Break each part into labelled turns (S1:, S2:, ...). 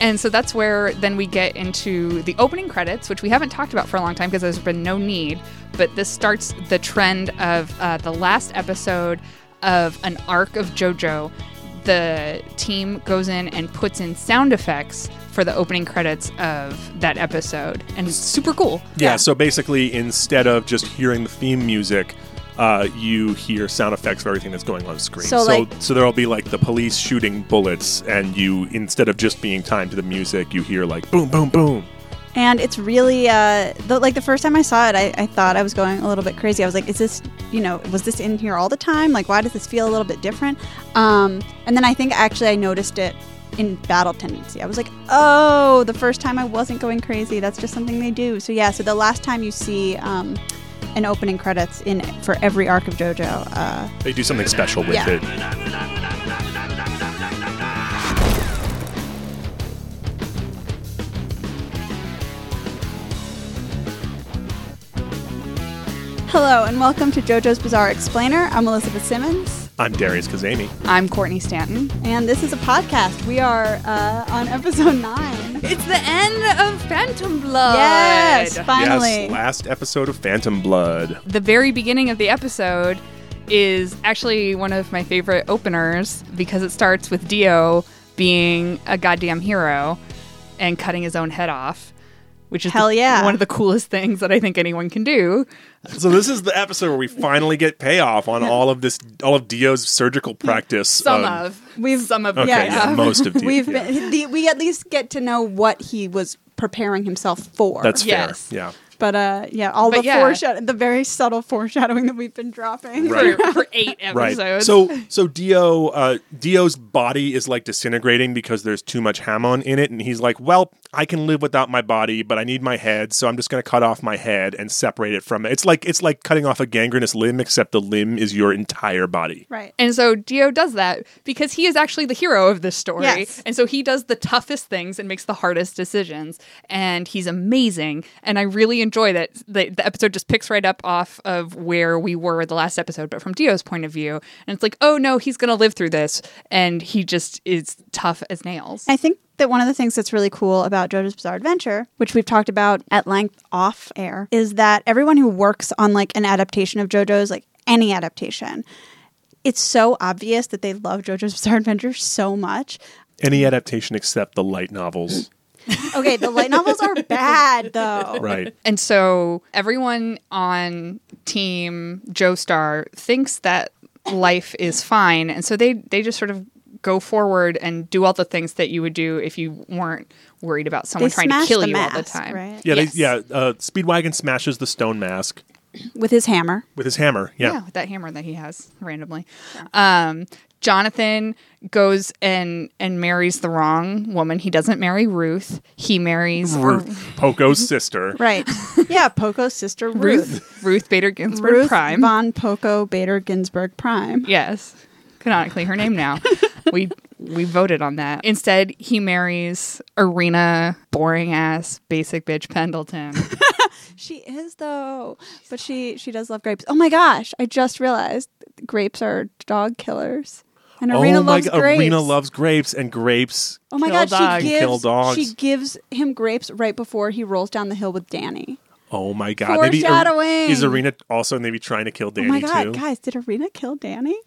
S1: And so that's where then we get into the opening credits, which we haven't talked about for a long time because there's been no need. But this starts the trend of uh, the last episode of an arc of JoJo. The team goes in and puts in sound effects for the opening credits of that episode, and it's super cool.
S2: Yeah, so basically, instead of just hearing the theme music, uh, you hear sound effects for everything that's going on screen.
S3: So,
S2: so,
S3: like-
S2: so there'll be like the police shooting bullets, and you instead of just being timed to the music, you hear like boom, boom, boom.
S3: and it's really uh, the, like the first time I saw it, I, I thought I was going a little bit crazy. I was like, "Is this, you know, was this in here all the time? Like, why does this feel a little bit different?" Um, and then I think actually I noticed it in Battle Tendency. I was like, "Oh, the first time I wasn't going crazy. That's just something they do." So yeah, so the last time you see um, an opening credits in for every arc of JoJo, uh,
S2: They do something special with
S3: Yeah.
S2: it.
S3: Hello and welcome to JoJo's Bizarre Explainer. I'm Elizabeth Simmons,
S2: I'm Darius Kazemi.
S1: I'm Courtney Stanton.
S3: and this is a podcast. We are uh, on episode nine.
S1: It's the end of Phantom Blood.
S3: Yes, finally.
S2: Yes, last episode of Phantom Blood.
S1: the very beginning of the episode is actually one of my favorite openers because it starts with Dio being a goddamn hero and cutting his own head off, which is
S3: Hell
S1: the-
S3: yeah.
S1: one of the coolest things that I think anyone can do.
S2: So this is the episode where we finally get payoff on all of this, all of Dio's surgical practice.
S1: Some
S2: um,
S1: of we've some of
S2: Okay,
S3: Yeah,
S2: yeah,
S3: yeah.
S2: most of Dio.
S3: We've
S2: yeah.
S3: been, the, we at least get to know what he was preparing himself for.
S2: That's
S1: Yes.
S2: fair. Yeah.
S3: but uh, yeah, all
S1: But
S3: the
S1: yeah.
S3: foreshad- the very subtle foreshadowing that we've been dropping.
S2: Right.
S1: for, for eight episodes.
S2: Right. So so Dio uh, Dio's body is like disintegrating because there's too much hamon in it, and he's like, "Well, I can live without my body, but I need my head, so I'm just going to cut off my head and separate it from it." It's like it's like cutting off a gangrenous limb, except the limb is your entire body.
S3: Right.
S1: And so Dio does that because he is actually the hero of this story.
S3: Yes.
S1: And so he does the toughest things and makes the hardest decisions. And he's amazing. And I really enjoy that the, the episode just picks right up off of where we were the last episode, but from Dio's point of view. And it's like, oh no, he's going to live through this. And he just is tough as nails.
S3: I think that one of the things that's really cool about JoJo's Bizarre Adventure, which we've talked about at length off air, is that everyone who works on like an adaptation of JoJo's, like any adaptation, it's so obvious that they love JoJo's Bizarre Adventure so much.
S2: Any adaptation except the light novels,
S3: Okay, the light novels are bad though.
S2: right?
S1: And so everyone on team Joestar thinks that life is fine. And so they, they just sort of go forward and do all the things that you would do if you weren't worried about someone
S3: They
S1: trying to
S3: smash
S1: kill
S3: the
S1: you all the
S3: mask,
S1: time.
S3: right?
S2: Yeah.
S1: Yes.
S2: They, yeah. Uh, Speedwagon smashes the stone mask
S3: With his hammer.
S2: with his hammer.
S1: Yeah.
S2: Yeah.
S1: with that hammer that he has randomly. Um, Jonathan goes and and marries the wrong woman. He doesn't marry Ruth. He marries
S2: Ruth, Poco's sister.
S3: Right. Yeah, Poco's sister Ruth.
S1: Ruth, Ruth Bader Ginsburg
S3: Ruth
S1: Prime.
S3: von Poco Bader Ginsburg Prime.
S1: Yes, canonically her name now. we we voted on that. Instead, he marries Arena, boring ass basic bitch Pendleton.
S3: She is though, but she she does love grapes. Oh my gosh, I just realized grapes are dog killers, and Arena
S2: oh my
S3: loves
S2: god!
S3: grapes.
S2: Arena loves grapes, and grapes
S3: Oh my
S1: kill
S3: god,
S1: dogs.
S3: she
S2: Kill
S3: gives
S2: dogs.
S3: she gives him grapes right before he rolls down the hill with Danny.
S2: Oh my god! Maybe Ar-
S3: Foreshadowing.
S2: is Arena also maybe trying to kill Danny
S3: oh my god,
S2: too?
S3: guys, did Arena kill Danny?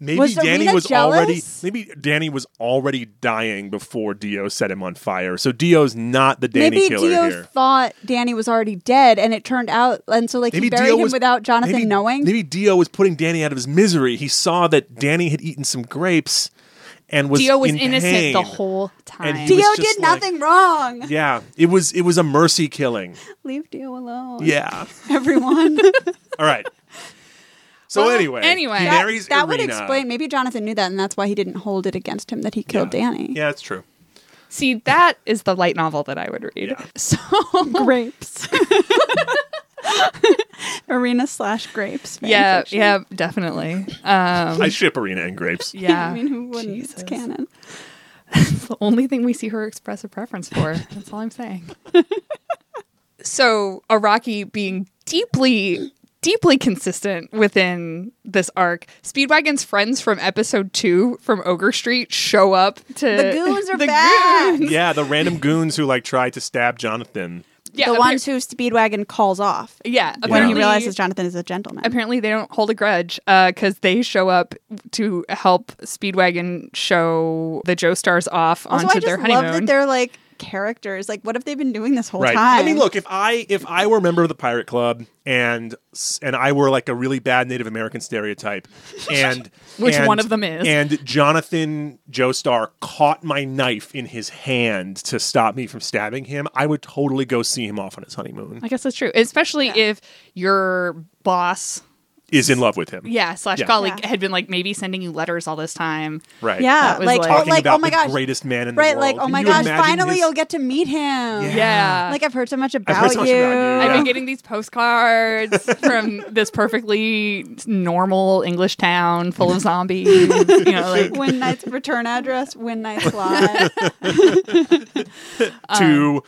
S2: Maybe
S3: Was
S2: Danny
S3: Arena
S2: was
S3: jealous?
S2: already maybe Danny was already dying before Dio set him on fire. So Dio's not the Danny
S3: maybe
S2: killer
S3: Dio
S2: here.
S3: thought Danny was already dead, and it turned out, and so like
S2: Maybe
S3: he buried
S2: Dio
S3: him
S2: was
S3: without Jonathan
S2: maybe-
S3: knowing.
S2: Maybe Dio was putting Danny out of his misery. He saw that Danny had eaten some grapes, and was
S1: Dio was
S2: in
S1: innocent the
S2: pain.
S1: whole time.
S2: he
S3: Dio
S2: was
S3: did
S2: just like-
S3: nothing wrong.
S2: Yeah, it was it was a mercy killing.
S3: Leave Dio alone.
S2: Yeah.
S3: everyone.
S2: All right. So
S1: Well,
S2: anyway,
S1: anyway.
S2: he
S1: That-
S2: marries
S3: that would
S2: Irina.
S3: explain. Maybe Jonathan knew that, and that's why he didn't hold it against him that he killed Danny.
S2: Yeah, that's true.
S1: See, that is the light novel that I would read.
S2: Yeah.
S1: So
S3: Grapes. Arena slash grapes. fan
S1: yeah,
S3: fiction.
S1: yeah, definitely. Um,
S2: I ship Arena and grapes.
S1: yeah,
S3: I mean, who wouldn't?
S1: Jesus.
S3: It's canon.
S1: It's the only thing we see her express a preference for. That's all I'm saying. so Araki being deeply, deeply consistent within this arc. Speedwagon's friends from episode two from Ogre Street show up to
S3: The goons are back.
S1: goons.
S2: Yeah, the random goons who like tried to stab Jonathan.
S1: Yeah,
S3: the
S1: appar-
S3: ones who Speedwagon calls off
S1: Yeah,
S3: when
S1: apparently-
S3: he realizes Jonathan is a gentleman.
S1: apparently they don't hold a grudge because they show up to help Speedwagon show the Joestars off
S3: also,
S1: onto
S3: I just
S1: their
S3: love
S1: honeymoon.
S3: that they're like characters. Like, what have they been doing this whole
S2: Right.
S3: time?
S2: I mean, look, if I if I were a member of the pirate club and s- and I were like a really bad Native American stereotype, and
S1: Which
S2: and-
S1: one of them is.
S2: and Jonathan Joestar caught my knife in his hand to stop me from stabbing him, I would totally go see him off on his honeymoon.
S1: I guess that's true, especially if your boss,
S2: Is in love with him,
S1: yeah, slash
S2: Yeah.
S1: colleague
S3: Yeah.
S1: had been like maybe sending you letters all this time.
S2: right?
S1: That
S3: yeah,
S1: was
S3: like,
S1: like-
S2: talking
S3: oh, like,
S2: about
S3: oh my
S2: the
S3: gosh,
S2: greatest man in
S3: right?
S2: the world.
S3: Like, oh
S2: Can
S3: my
S2: you
S3: gosh,
S2: imagine
S3: finally
S2: his-
S3: you'll get to meet him.
S1: Yeah.
S3: Like I've heard so much
S2: heard
S3: about
S2: so much about
S3: you.
S2: you.
S1: I've
S2: Yeah.
S1: been getting these postcards from this perfectly normal English town full of zombies. you know, like
S3: Win Knight's return address, Win Knight's lie. uh,
S2: to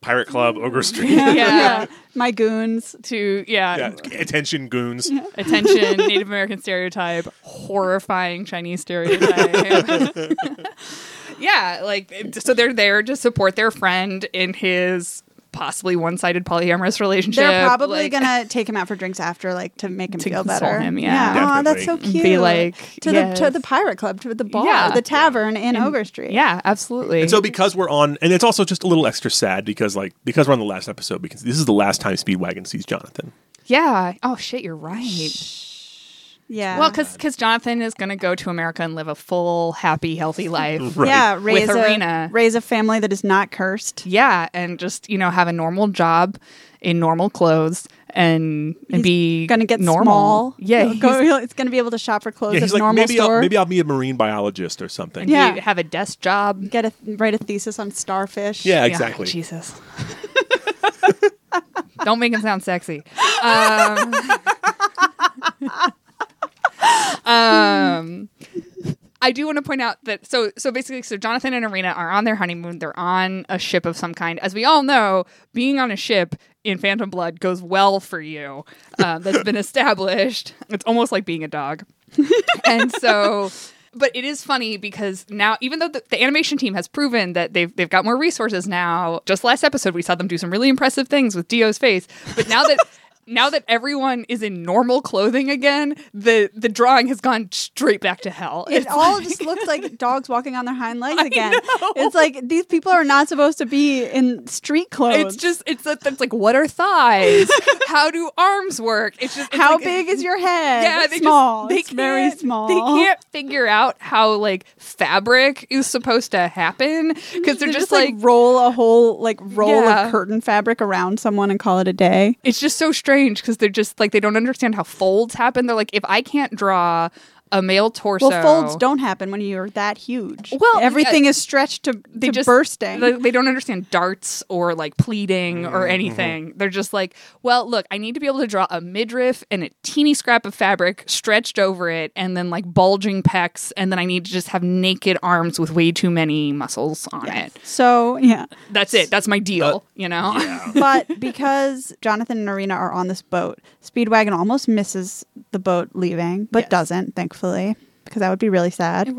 S2: Pirate Club Ogre Street.
S3: yeah.
S1: Yeah.
S3: My goons.
S1: to yeah,
S2: Yeah. Attention, goons.
S1: attention Native American stereotype, horrifying Chinese stereotype. yeah, like so they're there to support their friend in his possibly one-sided polyamorous relationship.
S3: They're probably
S1: like-
S3: gonna take him out for drinks after, like to make him
S1: To
S3: feel
S1: console
S3: better.
S1: him, yeah.
S3: Aw, that's so
S1: Definitely.
S3: cute.
S1: Be like,
S3: to the to
S1: yes.
S3: the pirate club, to the bar,
S1: Yeah.
S3: the tavern in Ogre Street.
S1: Yeah, absolutely.
S2: And so because we're on, and it's also just a little extra sad because like because we're on the last episode because this is the last time Speedwagon sees Jonathan.
S1: yeah. Oh shit, you're right.
S3: yeah.
S1: Well, because Jonathan is going to go to America and live a full, happy, healthy life.
S2: Right.
S3: yeah,
S1: With
S3: raise a
S1: Arena.
S3: raise a family that is not cursed.
S1: Yeah, and just you know have a normal job in normal clothes and and be
S3: Gonna get
S1: normal.
S3: small.
S1: Yeah,
S3: He'll
S1: he's-
S3: go- he'll- it's gonna be able to shop for clothes
S2: Yeah,
S3: at
S2: he's
S3: a
S2: like
S3: Oh, normal
S2: maybe
S3: store.
S2: I'll, maybe I'll be a marine biologist or something.
S1: and
S2: Yeah,
S3: Yeah.
S1: you have a desk job.
S3: Get a write a thesis on starfish.
S2: exactly.
S1: Yeah, Jesus. Don't make him sound sexy. Um, um, I do want to point out that so so basically so Jonathan and Arena are on their honeymoon. They're on a ship of some kind. As we all know, being on a ship in Phantom Blood goes well for you. Uh, that's been established. It's almost like being a dog and so but it is funny because now even though the, the animation team has proven that they've they've got more resources now just last episode we saw them do some really impressive things with dio's face but now that now that everyone is in normal clothing again the the drawing has gone straight back to hell
S3: It
S1: It's
S3: all just looks like dogs walking on their hind legs again. It's like these people are not supposed to be in street clothes.
S1: it's just it's, it's like what are thighs how do arms work it's just it's
S3: how
S1: like-
S3: big is your head?
S1: yeah, they
S3: small.
S1: Just, they
S3: it's very
S1: can't-
S3: small.
S1: They can't figure out how like fabric is supposed to happen because
S3: They
S1: they're just, like
S3: roll a whole like roll
S1: Yeah.
S3: of curtain fabric around someone and call it a day.
S1: it's just so strange because they're just like they don't understand how folds happen. They're like, if I can't draw a male torso,
S3: Well, folds don't happen when you're that huge.
S1: Well,
S3: everything is stretched to,
S1: They
S3: to
S1: just
S3: bursting.
S1: They, they don't understand darts or like pleating or
S2: Mm-hmm.
S1: anything. They're just like, well, look, I need to be able to draw a midriff and a teeny scrap of fabric stretched over it, and then like bulging pecs, and then I need to just have naked arms with way too many muscles on it.
S3: so yeah,
S1: That's it. That's my deal. you know.
S3: but because Jonathan and Arena are on this boat, Speedwagon almost misses the boat leaving, but
S1: Yes.
S3: doesn't, thankfully, because that would be really sad.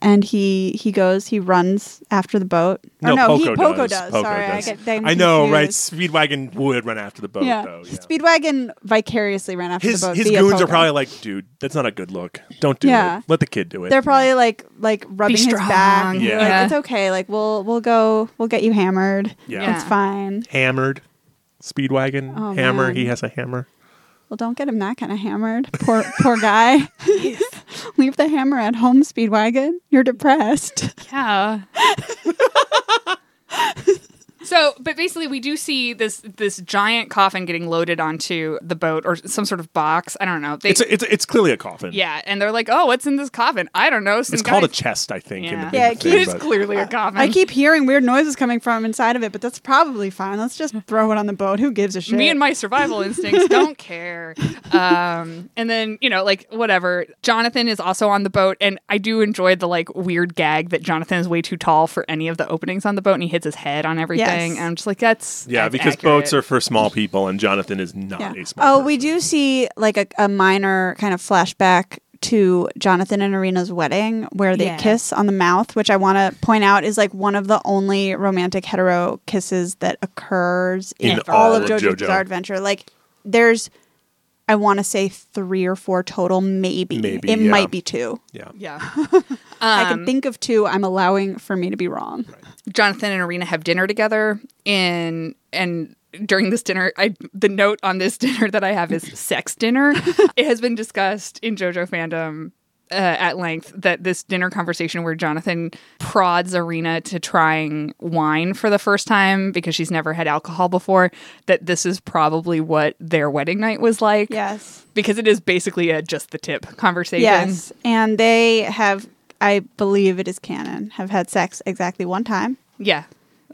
S3: And he he goes, he runs after the boat. Or
S2: No,
S3: no, he
S2: Poco
S3: Poco
S2: does.
S3: does.
S2: Poco
S3: Sorry,
S2: does.
S3: I get them
S2: I know, right?
S3: confused.
S2: Speedwagon would run after the boat
S3: Yeah.
S2: though. yeah.
S3: Speedwagon vicariously ran after
S2: His
S3: the boat.
S2: his
S3: via
S2: goons
S3: Poco.
S2: are probably like, dude, that's not a good look. Don't do
S3: Yeah.
S2: it. Let the kid do it.
S3: they're probably like like rubbing his
S1: strong.
S3: back.
S2: Yeah.
S3: Like,
S1: Yeah.
S3: it's okay. Like we'll we'll go we'll get you hammered.
S2: Yeah.
S3: It's fine.
S2: hammered. Speedwagon
S3: Oh,
S2: hammer.
S3: man.
S2: He has a hammer.
S3: Well, don't get him that kind of hammered. Poor poor guy. Leave the hammer at home, Speedwagon. You're depressed.
S1: Yeah. so, but basically, we do see this this giant coffin getting loaded onto the boat or some sort of box. I don't know. They,
S2: It's a, it's a- it's clearly a coffin.
S1: yeah, and they're like, "Oh, what's in this coffin? I don't know." Some
S2: It's called a
S1: guy-
S2: chest, I think. In
S1: Yeah.
S2: the
S1: Yeah,
S2: big
S3: it
S2: thing,
S1: It is
S2: but-
S1: clearly a coffin.
S3: I keep hearing weird noises coming from inside of it, but that's probably fine. Let's just throw it on the boat. Who gives a shit?
S1: me and my survival instincts don't care. Um, and then you know, like whatever. Jonathan is also on the boat, and I do enjoy the like weird gag that Jonathan is way too tall for any of the openings on the boat, and he hits his head on everything. thing. And I'm just like, that's
S2: Yeah,
S1: that's
S2: because
S1: accurate.
S2: boats are for small people, and Jonathan is not
S3: Yeah.
S2: a small.
S3: Oh, we do see like a, a minor kind of flashback to Jonathan and Arena's wedding where they
S1: Yeah.
S3: kiss on the mouth, which I want to point out is like one of the only romantic hetero kisses that occurs in,
S2: In
S3: all
S2: all
S3: of
S2: of
S3: JoJo's
S2: JoJo.
S3: Bizarre Adventure. Like there's I want to say 3 or 4 total maybe.
S2: Maybe,
S3: it
S2: yeah.
S3: might be 2.
S2: Yeah.
S1: yeah.
S3: I can think of 2. I'm allowing for me to be wrong.
S1: Jonathan and Arena have dinner together in and during this dinner I the note on this dinner that I have is sex dinner. it has been discussed in JoJo fandom uh, at length that this dinner conversation where Jonathan prods Arena to trying wine for the first time because she's never had alcohol before that this is probably what their wedding night was like
S3: Yes.
S1: because it is basically a just the tip conversation.
S3: Yes, and they have, I believe it is canon, have had sex exactly one time
S1: Yeah.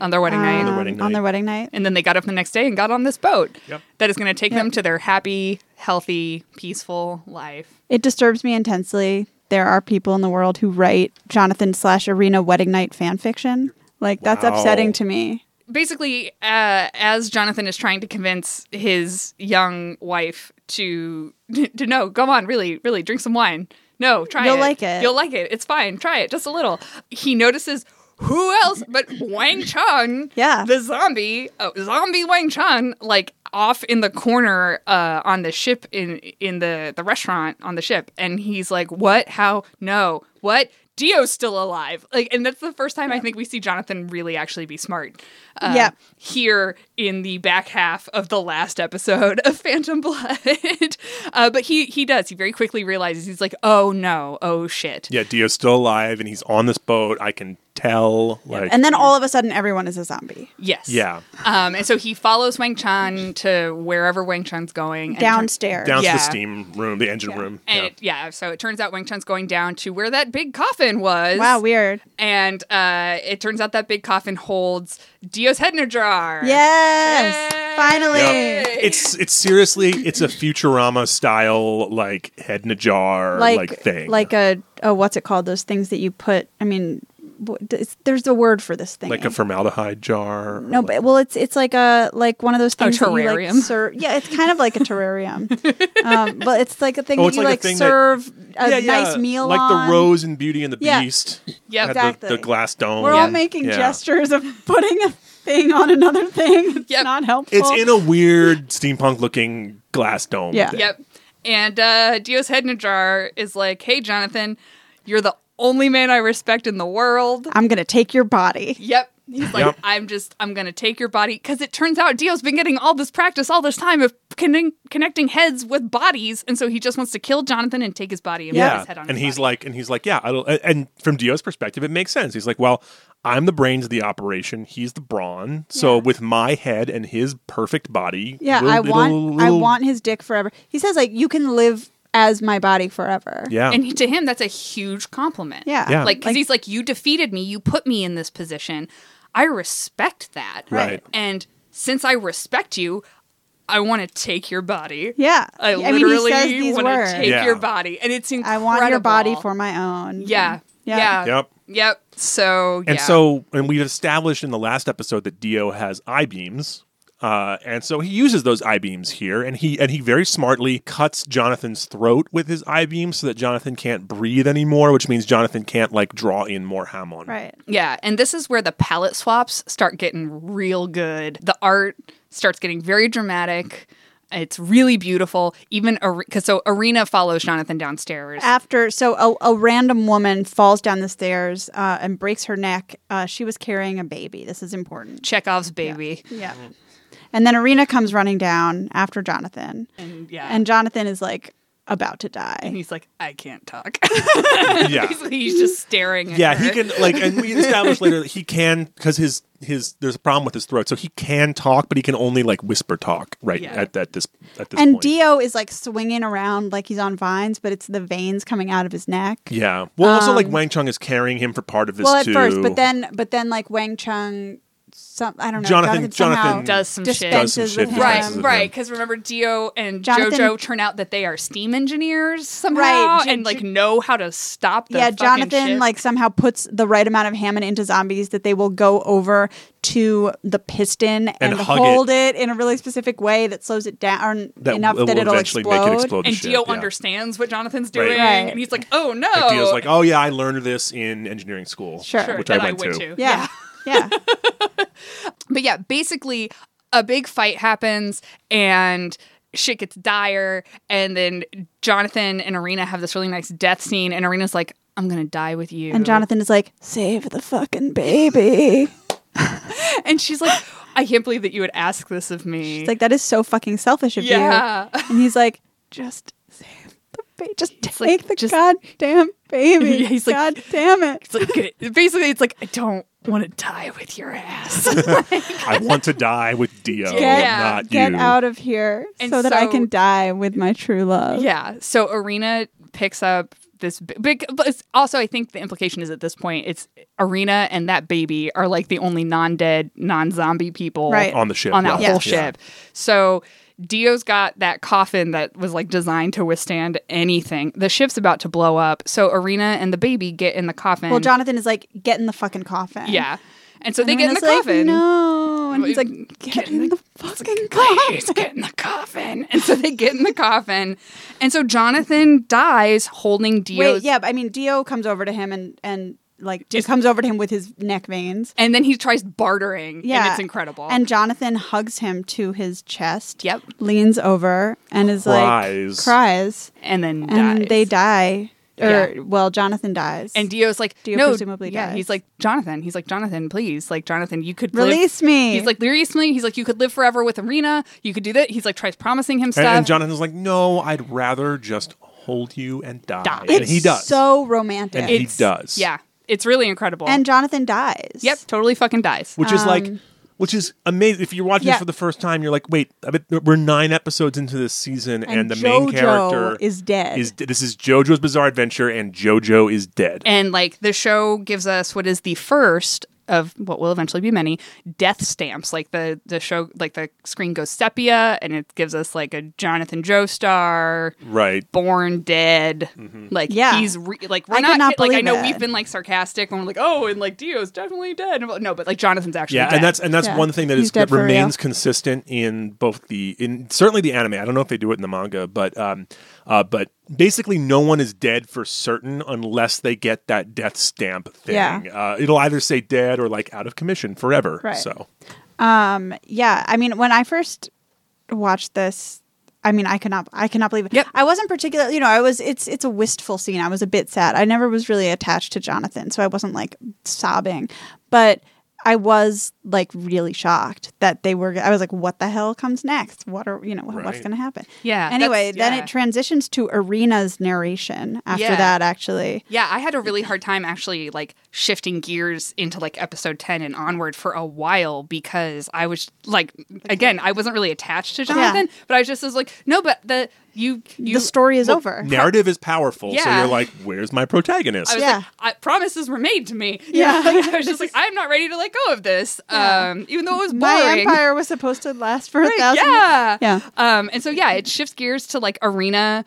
S1: On their wedding night.
S2: their
S3: um,
S2: wedding
S3: on their
S2: night.
S3: wedding night.
S1: and then they got up the next day and got on this boat
S2: Yep.
S1: that is going to take them to their happy, healthy, peaceful life.
S3: It disturbs me intensely. There are people in the world who write Jonathan slash Arena wedding night fan fiction. Like that's
S2: Wow.
S3: upsetting to me.
S1: Basically, uh, as Jonathan is trying to convince his young wife to to no, go on, really, really drink some wine. No, try
S3: You'll
S1: it.
S3: like it.
S1: You'll like it. It's fine. Try it just a little. He notices who else but Wang Chung,
S3: Yeah.
S1: the zombie, oh, zombie Wang Chung, like off in the corner uh, on the ship in in the the restaurant on the ship, and he's like, "What? How? No? What?" Dio's still alive. Like, and that's the first time I think we see Jonathan really actually be smart. Uh,
S3: Yep.
S1: Here in the back half of the last episode of Phantom Blood, uh, but he he does. He very quickly realizes he's like, "Oh no! Oh shit!"
S2: Yeah, Dio's still alive, and he's on this boat. I can tell. Like,
S3: And then all of a sudden, everyone is a zombie
S1: Yes.
S2: yeah,
S1: Um, and so he follows Wang Chan to wherever Wang Chan's going. And
S3: downstairs.
S2: down to
S1: Yeah.
S2: the steam room, the engine room.
S1: and it- yeah. so it turns out Wang Chan's going down to where that big coffin was.
S3: Wow, weird.
S1: and uh, it turns out that big coffin holds Dio's head in a jar.
S3: Yes,
S1: Yay!
S3: finally.
S2: Yeah. It's it's seriously it's a Futurama style like head in a jar like,
S3: Like
S2: thing
S3: like a, a what's it called? Those things that you put. I mean, wh- it's- there's a word for this thing.
S2: like a formaldehyde jar. or
S3: No,
S2: like-
S3: but well, it's it's like a like one of those
S1: Oh,
S3: things that you, like,
S1: terrarium.
S3: serve- yeah, it's kind of like a terrarium, um, but it's like a thing
S2: Oh,
S3: that
S2: it's
S3: you
S2: like a
S3: like
S2: thing that-
S3: serve a
S2: Yeah, yeah,
S3: nice meal
S2: like
S3: on.
S2: the Rose and Beauty and the
S3: Yeah.
S2: Beast.
S1: Yep.
S2: had The,
S3: Exactly.
S2: the glass dome.
S3: We're
S1: Yeah.
S3: all making
S2: Yeah.
S3: gestures of putting a thing on another thing. It's
S1: Yep.
S3: not helpful.
S2: It's in a weird steampunk looking glass dome.
S3: Yeah.
S2: thing.
S1: Yep. And uh, Dio's head in a jar is like, "Hey, Jonathan, you're the only man I respect in the world."
S3: I'm gonna take your body.
S1: Yep. He's like,
S2: Yep.
S1: I'm just, I'm going to take your body. Because it turns out Dio's been getting all this practice all this time of conne- connecting heads with bodies. And so he just wants to kill Jonathan and take his body and put
S2: Yeah.
S1: his head on
S2: And
S1: his
S2: he's
S1: body.
S2: like, and he's like, yeah. I don't, and from Dio's perspective, it makes sense. He's like, well, I'm the brains of the operation. He's the brawn. So with my head and his perfect body,
S3: Yeah,
S2: we'll-
S3: I
S2: it'll-
S3: want I
S2: it'll-
S3: want his dick forever. He says like you can live as my body forever.
S2: Yeah.
S1: And he- to him, that's a huge compliment.
S3: yeah,
S2: Yeah.
S1: Like, because he's like, you defeated me. You put me in this position. I respect that.
S2: Right.
S1: And since I respect you, I want to take your body.
S3: yeah.
S1: I
S3: I mean, he
S1: literally
S3: says these
S1: want
S3: words.
S1: to take
S2: Yeah.
S1: your body. And it's
S3: I
S1: incredible.
S3: want your body for my own.
S1: Yeah.
S3: Yeah.
S1: Yeah.
S2: Yep.
S1: Yep. So,
S2: And
S1: yeah.
S2: so, and we've established in the last episode that Dio has I beams, uh, and so he uses those I beams here, and he and he very smartly cuts Jonathan's throat with his I beam so that Jonathan can't breathe anymore, which means Jonathan can't like draw in more Hamon.
S3: Right.
S1: Yeah, and this is where the palette swaps start getting real good. The art starts getting very dramatic. It's really beautiful. Even because so Arena follows Jonathan downstairs.
S3: after so a, a random woman falls down the stairs uh, and breaks her neck uh, she was carrying a baby this is important
S1: Chekhov's baby.
S3: yeah and then arena comes running down after jonathan
S1: And yeah.
S3: and jonathan is like about to
S1: and
S3: die
S1: he's like, I can't talk.
S2: Yeah.
S1: he's just staring at
S2: Yeah,
S1: her.
S2: he can like, and we establish later that he can because his his there's a problem with his throat, so he can talk, but he can only like whisper talk right
S1: Yeah.
S2: at at this at this
S3: and
S2: point.
S3: dio is like swinging around like he's on vines but it's the veins coming out of his neck
S2: yeah, well, also like Wang Chung is carrying him for part of this
S3: well at
S2: too.
S3: first but then but then like wang chung some I don't know.
S2: Jonathan-
S3: somehow
S2: Jonathan
S1: Does some shit.
S3: dispenses
S2: Does some
S3: with
S2: shit,
S3: him.
S1: Right,
S2: Defenses of
S1: right.
S2: him.
S1: Because remember, Dio and
S3: Jonathan-
S1: JoJo turn out that they are steam engineers somehow,
S3: Right, J-
S1: and like
S3: J-
S1: know how to stop. The
S3: yeah,
S1: fucking
S3: Jonathan
S1: shit.
S3: like somehow puts the right amount of Hammond into zombies that they will go over to the piston and,
S2: hug
S3: hold it. in a really specific way that slows it down
S2: That
S3: enough
S2: will
S3: that it'll
S2: eventually
S3: explode.
S2: make it explode. to
S1: and
S2: shit,
S1: Dio
S2: yeah.
S1: understands what Jonathan's
S2: Right.
S1: doing,
S3: Right.
S1: and he's like, "Oh no!"
S2: Like Dio's like, oh yeah, I learned this in engineering school,
S3: Sure. Sure,
S2: which
S1: that
S2: I went, to.
S3: Yeah. Yeah.
S1: But yeah, basically, a big fight happens and shit gets dire. And then Jonathan and Arena have this really nice death scene, and Arena's like, I'm going to die with you.
S3: and Jonathan is like, save the fucking baby.
S1: And she's like, I can't believe that you would ask this of me.
S3: It's like that is so fucking selfish of
S1: Yeah.
S3: you. And he's like, just save the baby. Just take
S1: like,
S3: the
S1: just-
S3: goddamn baby.
S1: Yeah, he's like-
S3: God damn it.
S1: It's like- it- basically, it's like, I don't want to die with your ass.
S2: I want to die with Dio,
S1: Get- Yeah.
S2: not
S3: Get
S2: you.
S3: out of here
S1: And
S3: so that I
S1: so-
S3: can die with my true love.
S1: yeah. So Arena picks up this bi- big, but it's also, I think the implication is at this point, it's Arena and that baby are like the only non dead, non zombie people
S3: Right.
S2: on the ship
S1: on that
S2: yeah.
S1: whole
S2: Yeah.
S1: ship. So Dio's got that coffin that was like designed to withstand anything. The ship's about to blow up. So Arena and the baby get in the coffin.
S3: Well, Jonathan is like, get in the fucking coffin.
S1: yeah. And so they
S3: And
S1: get in the
S3: Rena's like,
S1: coffin.
S3: no. And he's like, get, in the fucking coffin.
S1: Please get in the coffin. And so they get in the coffin. And so Jonathan dies holding Dio's
S3: Wait, yeah, but I mean, Dio comes over to him and, and like, just comes over to him with his neck veins.
S1: and then he tries bartering.
S3: Yeah.
S1: And it's incredible.
S3: And Jonathan hugs him to his chest.
S1: Yep.
S3: Leans over and is
S2: Cries.
S3: like, cries.
S1: and then
S3: And
S1: dies.
S3: they die. Or,
S1: Yeah.
S3: well, Jonathan dies.
S1: And Dio's like,
S3: Dio
S1: no,
S3: presumably
S1: yeah.
S3: dies.
S1: He's like, Jonathan. He's like, Jonathan, please, like, Jonathan, you could live-
S3: Release me.
S1: He's like, release me. He's like, you could live forever with Arena. You could do that. He's like, tries promising him stuff.
S2: And, and Jonathan's like, no, I'd rather just hold you and die.
S1: Die.
S2: And
S3: It's
S2: he does.
S3: so romantic.
S2: And he does.
S1: yeah, it's really incredible.
S3: and Jonathan dies.
S1: yep, totally fucking dies.
S2: which is like which is amazing if you're watching
S3: Um, yeah.
S2: this for the first time you're like wait I bet we're nine episodes into this season and,
S3: And
S2: the main
S3: Jojo
S2: character
S3: is dead.
S2: is d- this is jojo's bizarre adventure and jojo is dead
S1: And like the show gives us what is the first of what will eventually be many death stamps. Like the the show, like the screen goes sepia, and it gives us like a Jonathan Joestar.
S2: right
S1: born dead.
S2: Mm-hmm.
S1: Like
S3: Yeah.
S1: he's re- like we're
S3: I could
S1: not,
S3: not
S1: like I
S3: believe
S1: know
S3: it.
S1: we've been like sarcastic when we're like oh and like Dio's definitely dead. No, but like Jonathan's actually
S2: yeah
S1: dead.
S2: and that's and that's
S3: Yeah.
S2: one thing that
S3: He's
S2: is
S3: dead
S2: that
S3: for real.
S2: remains consistent in both the in certainly the anime i don't know if they do it in the manga but um uh but basically no one is dead for certain unless they get that death stamp thing
S3: Yeah.
S2: uh, it'll either say dead or like out of commission forever
S3: Right.
S2: so
S3: Um, yeah, I mean, when I first watched this, I mean, I could not, I cannot believe it.
S1: Yep.
S3: I wasn't particularly, you know, I was. It's it's a wistful scene. I was a bit sad. I never was really attached to Jonathan, so I wasn't like sobbing, but I was like really shocked that they were. I was like, what the hell comes next? What are you know what's
S2: Right.
S3: going to happen?
S1: Yeah,
S3: Anyway,
S1: that's-
S3: then
S1: yeah.
S3: it transitions to Arena's narration after
S1: Yeah.
S3: that. Actually,
S1: Yeah, I had a really hard time actually like shifting gears into like episode 10 and onward for a while because I was like again, I wasn't really attached to Jonathan, but I just was like no, but the you you
S3: the story is over.
S2: narrative is powerful so
S1: Yeah.
S2: you're like where's my protagonist
S1: I was
S3: Yeah.
S1: like, I, promises were made to me.
S3: Yeah.
S1: I was just like, I'm not ready to let go of this. Um, even though it was boring.
S3: My empire was supposed to last for a thousand.
S1: yeah
S3: Yeah.
S1: um and so yeah it shifts gears to like arena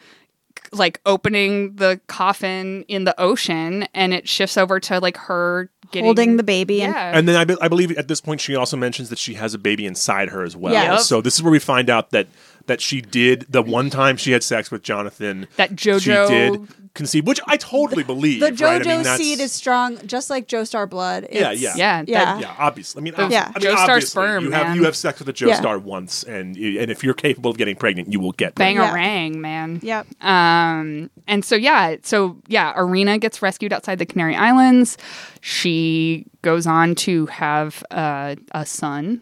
S1: like opening the coffin in the ocean and it shifts over to like her getting
S3: holding the baby and
S1: yeah
S2: And then I, be- I believe at this point she also mentions that she has a baby inside her as well.
S3: Yeah. Yep.
S2: So this is where we find out that that she did the one time she had sex with Jonathan.
S1: That JoJo-
S2: she did conceive, which I totally believe.
S3: The
S2: right? I
S3: JoJo
S2: mean, that's-
S3: seed is strong, just like Joestar blood.
S2: Yeah,
S3: It's-
S2: yeah.
S1: yeah
S3: Yeah.
S2: Yeah, obviously. I mean, ob-
S3: Yeah.
S2: I mean,
S1: Joestar
S2: obviously,
S1: sperm,
S2: You have
S1: man.
S2: you have sex with a
S3: Yeah.
S2: Joestar once, and you- and if you're capable of getting pregnant, you will get pregnant.
S1: bangarang man
S3: Yep.
S1: um and so yeah so yeah arena gets rescued outside the canary islands she goes on to have uh, a son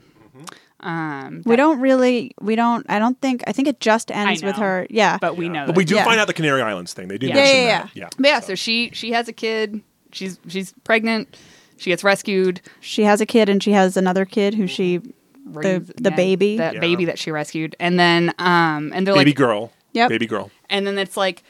S1: um
S3: We don't really, we don't, I don't think, I think it just ends
S1: I
S3: with
S1: know.
S3: her. Yeah.
S1: but we know
S2: But we do
S3: Yeah.
S2: find out the Canary Islands thing. They do
S1: Yeah.
S2: mention
S3: Yeah, yeah,
S2: that. Yeah.
S1: But yeah, so she she has a kid. She's she's pregnant. She gets rescued.
S3: she has a kid and she has another kid who she, the,
S1: Raise-
S3: the
S1: yeah,
S3: baby.
S1: that
S2: Yeah.
S1: baby that she rescued, and then um and they're
S2: Baby
S1: like
S2: girl.
S3: Yep.
S2: Baby girl.
S1: and then it's like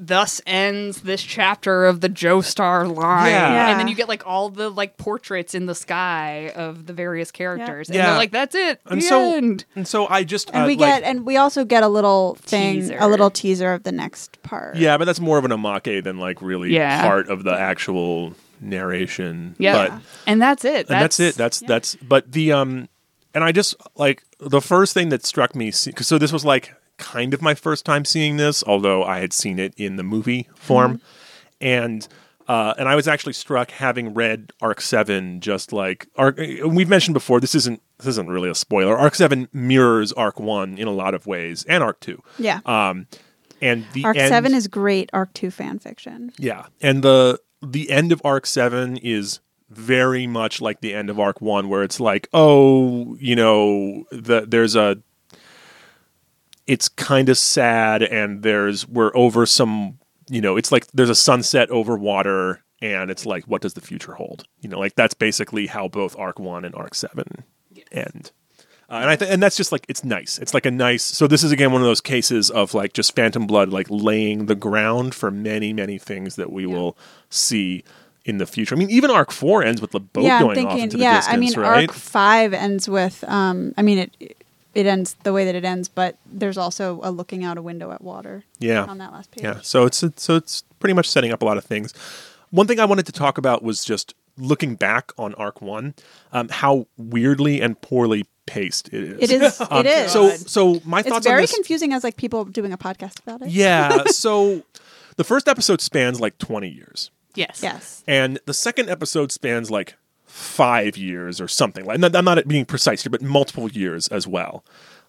S1: thus ends this chapter of the Joestar line.
S2: Yeah.
S3: Yeah.
S1: And then you get like all the like portraits in the sky of the various characters. And
S2: Yeah.
S1: they're like, that's it.
S2: And
S1: the
S2: so,
S1: end.
S2: and so I just
S3: and
S2: uh,
S3: we
S2: like-
S3: get and we also get a little thing,
S1: Teaser.
S3: a little teaser of the next part.
S2: yeah, but that's more of an amake than like really
S1: Yeah.
S2: part of the actual narration.
S1: Yeah.
S2: but,
S1: and that's it.
S2: and that's, it. That's that's. But the um, and I just like the first thing that struck me. se- 'cause So this was like kind of my first time seeing this, although I had seen it in the movie form, and. Uh, and I was actually struck having read Arc Seven, just like Arc. We've mentioned before, this isn't this isn't really a spoiler. Arc Seven mirrors Arc One in a lot of ways, and Arc Two.
S3: Yeah.
S2: Um, and the
S3: Arc
S2: end-
S3: Seven is great. Arc Two fan fiction.
S2: yeah, and the the end of arc seven is very much like the end of arc one, where it's like, oh, you know, the, there's a, it's kind of sad, and there's we're over some, you know, it's like there's a sunset over water, and it's like, what does the future hold? You know, like that's basically how both arc one and arc seven end. Uh, and I th- and that's just like it's nice. It's like a nice. So this is again one of those cases of like just Phantom Blood like laying the ground for many many things that we will see in the future. I mean, even Arc Four ends with the boat
S3: yeah,
S2: going
S3: I'm thinking.
S2: off into the
S3: yeah,
S2: distance,
S3: I mean,
S2: right?
S3: Arc Five ends with. Um, I mean it. It ends the way that it ends, but there's also a looking out a window at water.
S2: Yeah.
S3: On that last page.
S2: Yeah, so it's it's- so it's pretty much setting up a lot of things. One thing I wanted to talk about was just looking back on Arc One, um, how weirdly and poorly paced it is.
S3: It is.
S2: Um,
S3: it is.
S2: So so my
S3: it's
S2: thoughts
S3: very
S2: on this.
S3: confusing as like people doing a podcast about it.
S2: yeah, so the first episode spans like twenty years.
S1: Yes.
S3: Yes.
S2: And the second episode spans like five years or something. Like no, I'm not being precise here, but multiple years as well.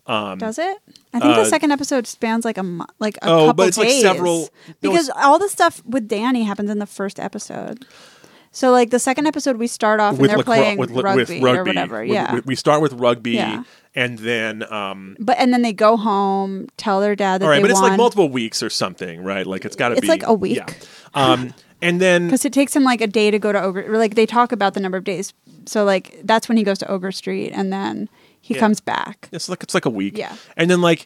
S2: Um,
S3: Does it? I think the second episode spans like a mo- like a
S2: uh, Oh,
S3: couple
S2: but it's, like,
S3: days.
S2: several- no,
S3: because all the stuff with Danny happens in the first episode. So like the second episode, we start off and they're
S2: lacro-
S3: playing
S2: with, with
S3: rugby,
S2: rugby.
S3: or whatever.
S2: We-
S3: yeah,
S2: we, we start with rugby,
S3: Yeah.
S2: and then um,
S3: but and then they go home, tell their dad that
S2: all right,
S3: they
S2: but it's
S3: won.
S2: like multiple weeks or something, right? Like it's got to
S3: It's
S2: be
S3: like a week.
S2: Yeah. Um, and then
S3: because it takes him like a day to go to Ogre. Or, like they talk about the number of days. So like that's when he goes to Ogre Street, and then he
S2: Yeah.
S3: comes back.
S2: It's like it's like a week.
S3: Yeah.
S2: And then like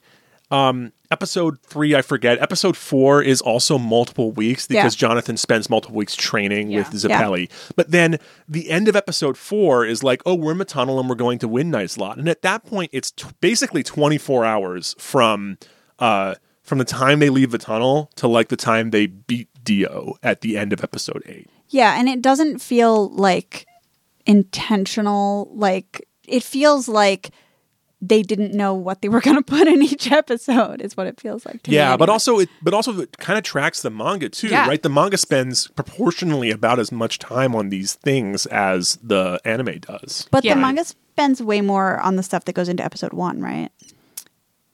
S2: um episode three, I forget. Episode four is also multiple weeks because
S3: Yeah.
S2: Jonathan spends multiple weeks training with
S1: Yeah.
S3: Yeah.
S2: Zappelli. But then the end of episode four is like, oh, we're in the tunnel and we're going to win Night's Lot. And at that point, it's t- basically 24 hours from uh from the time they leave the tunnel to like the time they beat Dio at the end of episode eight.
S3: Yeah, and it doesn't feel like intentional. Like it feels like they didn't know what they were going to put in each episode. Is what it feels like. To me
S2: yeah, but
S3: anyway.
S2: also it but also it kind of tracks the manga too,
S1: Yeah.
S2: right? The manga spends proportionally about as much time on these things as the anime does.
S3: but
S1: Yeah.
S3: the manga spends way more on the stuff that goes into episode one, right?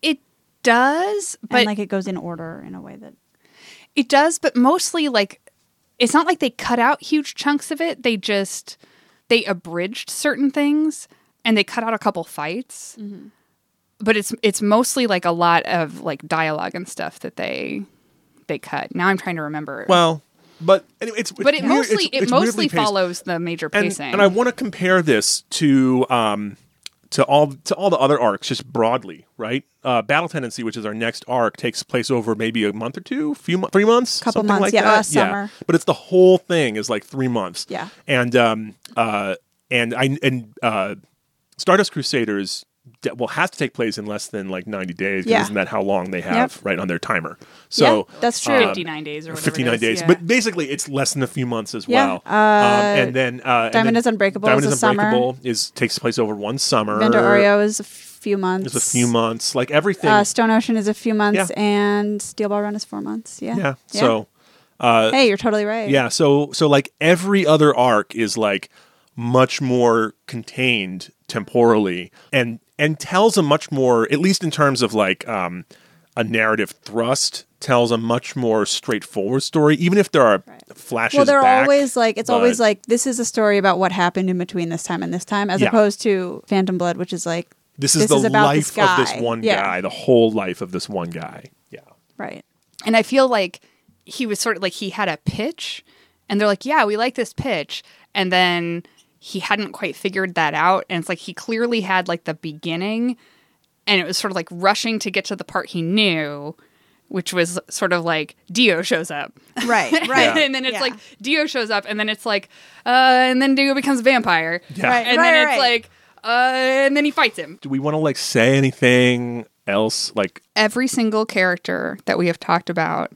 S1: It does, but
S3: and like it goes in order in a way that
S1: It does, but mostly like it's not like they cut out huge chunks of it. They just they abridged certain things and they cut out a couple fights. But it's it's mostly like a lot of like dialogue and stuff that they they cut. Now I'm trying to remember.
S2: Well, but anyway, it's
S1: but it
S2: it's weird-
S1: mostly
S2: it's-
S1: it
S2: it's
S1: mostly
S2: weirdly paced.
S1: follows the major
S2: and,
S1: pacing.
S2: and I want to compare this to um to all to all the other arcs just broadly, right? Uh, Battle Tendency, which is our next arc, takes place over maybe a month or two, few mo- three months,
S3: Couple
S2: something
S3: months,
S2: like
S3: yeah,
S2: that.
S3: last summer.
S2: But it's the whole thing is like three months.
S3: Yeah.
S2: and um uh and I and uh Stardust Crusaders de- well has to take place in less than like ninety days. 'cause
S3: Yeah.
S2: isn't that how long they have
S3: Yep.
S2: right on their timer? So uh,
S3: Yeah, that's true.
S1: 59 days or whatever it
S2: 59
S1: is,
S2: days
S1: yeah.
S2: but basically it's less than a few months as
S3: Yeah,
S2: well
S3: uh,
S2: um, and then uh, and then
S3: Diamond is Unbreakable
S2: diamond
S3: is
S2: is
S3: a summer.
S2: unbreakable is takes place over one summer
S3: Vendor Oreo is a few months.
S2: is a few months like everything
S3: Uh, Stone Ocean is a few months,
S2: Yeah.
S3: and Steel Ball Run is four months. Yeah.
S2: yeah so
S3: hey, you're totally right.
S2: yeah so so like every other arc is like much more contained temporally and and tells a much more at least in terms of like um a narrative thrust tells a much more straightforward story even if there are flashes
S3: Well, they're
S2: back,
S3: always like it's always
S2: but-
S3: like this is a story about what happened in between this time and this time, as
S2: Yeah.
S3: opposed to Phantom Blood, which is like
S2: this is the
S3: about
S2: life
S3: this guy.
S2: of this one
S3: Yeah.
S2: guy, the whole life of this one guy. Yeah.
S3: right?
S1: And I feel like he was sort of like he had a pitch, and they're like, yeah, we like this pitch. And then he hadn't quite figured that out. And it's like he clearly had like the beginning, and it was sort of like rushing to get to the part he knew. which was sort of like Dio shows up.
S3: Right, right.
S1: and then it's
S3: Yeah.
S1: like Dio shows up, and then it's like, uh, and then Dio becomes a vampire.
S2: Yeah.
S3: Right,
S1: And
S3: right,
S1: then it's
S3: right.
S1: like, uh, and then he fights him.
S2: Do we want to like say anything else? Like,
S1: Every single character that we have talked about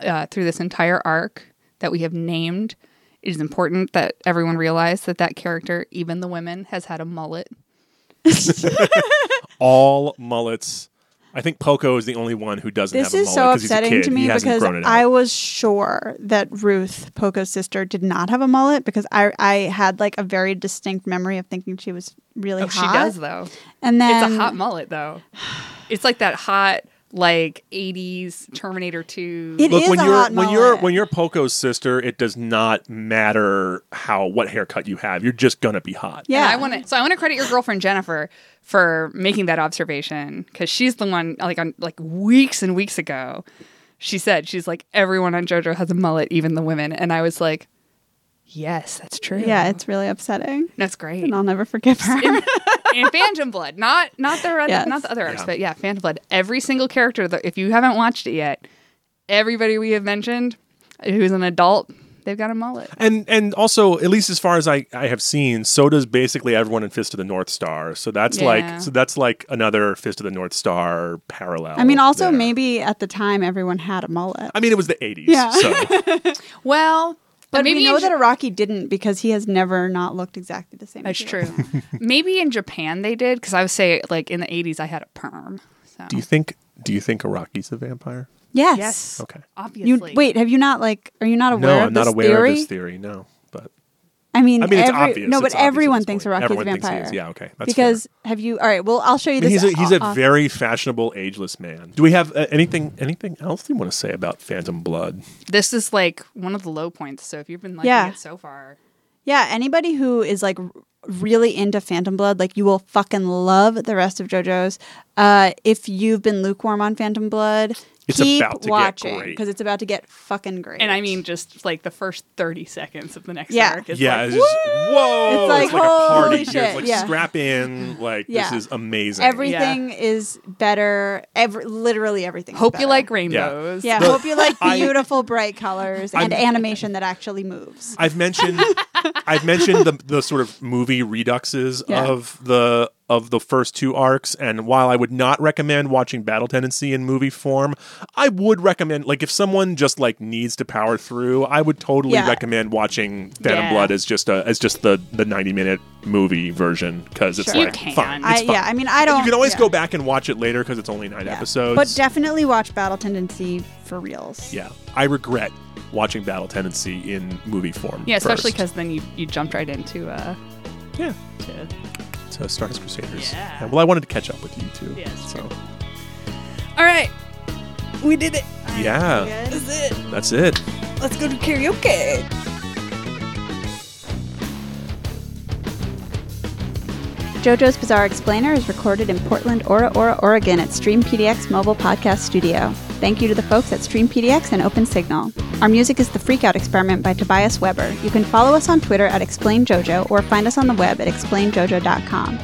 S1: uh, through this entire arc that we have named, it is important that everyone realize that that character, even the women, has had a mullet.
S2: all mullets. I think Poco is the only one who doesn't
S3: This
S2: have a
S3: is
S2: mullet
S3: so
S2: 'cause he's a
S3: upsetting
S2: kid.
S3: to me
S2: he hasn't
S3: because
S2: grown it out.
S3: I was sure that Ruth, Poco's sister, did not have a mullet because I I had like a very distinct memory of thinking she was really
S1: Oh, she
S3: hot.
S1: does though.
S3: And then
S1: it's a hot mullet though. It's like that hot like 80s Terminator 2.
S3: It
S2: Look,
S3: is
S2: when
S3: a
S2: you're
S3: hot
S2: when you're
S3: mullet.
S2: when you're Poco's sister, it does not matter how what haircut you have. You're just gonna be hot.
S3: Yeah.
S1: And I want to. So I want to credit your girlfriend Jennifer for making that observation because she's the one. Like on like weeks and weeks ago, she said she's like everyone on JoJo has a mullet, even the women. And I was like, yes, that's true.
S3: yeah, it's really upsetting,
S1: that's great.
S3: and I'll never forgive her.
S1: and Phantom Blood, not not the other
S3: Yes.
S1: not the other arcs, but yeah, Phantom Blood. Every single character that if you haven't watched it yet, everybody we have mentioned who's an adult, they've got a mullet.
S2: And and also, at least as far as I, I have seen, so does basically everyone in Fist of the North Star. So that's
S1: Yeah.
S2: like so that's like another Fist of the North Star parallel.
S3: I mean, also
S2: there.
S3: maybe at the time everyone had a mullet.
S2: I mean, it was the eighties.
S3: Yeah.
S2: So
S1: Well,
S3: But
S1: maybe
S3: we
S1: in
S3: know
S1: Ja-
S3: that Iraqi didn't because he has never not looked exactly the same.
S1: That's
S3: as you.
S1: true. Maybe in Japan they did because I would say like in the eighties I had a perm. So
S2: do you think do you think Araki's a vampire?
S3: Yes.
S1: yes,
S2: Okay.
S3: You
S1: obviously.
S3: wait. Have you not like? Are you not aware?
S2: No,
S3: of
S2: I'm not
S3: this
S2: aware
S3: theory?
S2: of this theory. No, but
S3: I mean,
S2: I mean, it's
S3: every-
S2: obvious.
S3: No, but
S2: It's obvious at
S3: everyone
S2: this
S3: thinks
S2: point.
S3: Iraqi
S2: Everyone
S3: is a
S2: thinks he
S3: vampire.
S2: is. Yeah, okay, that's
S3: because have you? All right. Well, I'll show you
S2: I mean,
S3: this.
S2: he's a, he's a
S3: off-
S2: very fashionable, ageless man. Do we have uh, anything anything else you want to say about Phantom Blood?
S1: this is like one of the low points. So if you've been liking
S3: Yeah.
S1: it so far,
S3: Yeah, anybody who is like r- really into Phantom Blood, like you will fucking love the rest of JoJo's. Uh, if you've been lukewarm on Phantom Blood,
S2: It's
S3: keep
S2: about to get
S3: watching
S2: great.
S3: because it's about to get fucking great.
S1: and I mean just like the first thirty seconds of the next
S3: Yeah.
S1: arc is
S2: yeah,
S1: like,
S2: it's just, whoa!
S3: It's like,
S2: a party.
S3: holy
S2: You're
S3: shit,
S2: like
S3: yeah.
S2: strap in. Like
S3: Yeah.
S2: this is amazing.
S3: everything is better. Every literally everything. is
S1: hope you
S3: better.
S1: like rainbows.
S3: Yeah, hope you like
S2: I-
S3: beautiful, bright colors and
S2: I'm-
S3: animation that actually moves.
S2: I've mentioned I've mentioned the, the sort of movie reduxes
S3: Yeah.
S2: of the of the first two arcs and while I would not recommend watching Battle Tendency in movie form, I would recommend like if someone just like needs to power through, I would totally
S3: Yeah.
S2: recommend watching Phantom
S1: Yeah.
S2: Blood as just a as just the the 90 minute movie version cuz it's
S3: Sure.
S1: You
S2: like
S1: can.
S2: fine.
S3: I
S2: It's fine.
S3: yeah. I mean, I don't.
S2: you can always
S3: yeah.
S2: go back and watch it later cuz it's only 9
S3: Yeah.
S2: episodes.
S3: But definitely watch Battle Tendency for reals.
S2: yeah, I regret watching Battle Tendency in movie form.
S1: yeah, especially because
S2: first.
S1: then you you jumped right into uh
S2: yeah.
S1: to
S2: to Stars Crusaders.
S1: Yeah.
S2: Well, I wanted to catch up with you too.
S1: Yeah, it's
S2: So,
S1: all right, we did it.
S2: yeah,
S3: Good.
S2: that's it.
S4: Let's go to karaoke.
S3: JoJo's Bizarre Explainer is recorded in Portland, Ora Ora, Oregon at Stream PDX Mobile Podcast Studio. Thank you to the folks at Stream PDX and Open Signal. Our music is The Freakout Experiment by Tobias Weber. You can follow us on Twitter at ExplainJoJo or find us on the web at explainjojo.com.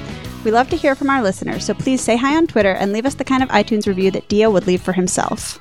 S3: We love to hear from our listeners, so please say hi on Twitter and leave us the kind of iTunes review that Dio would leave for himself.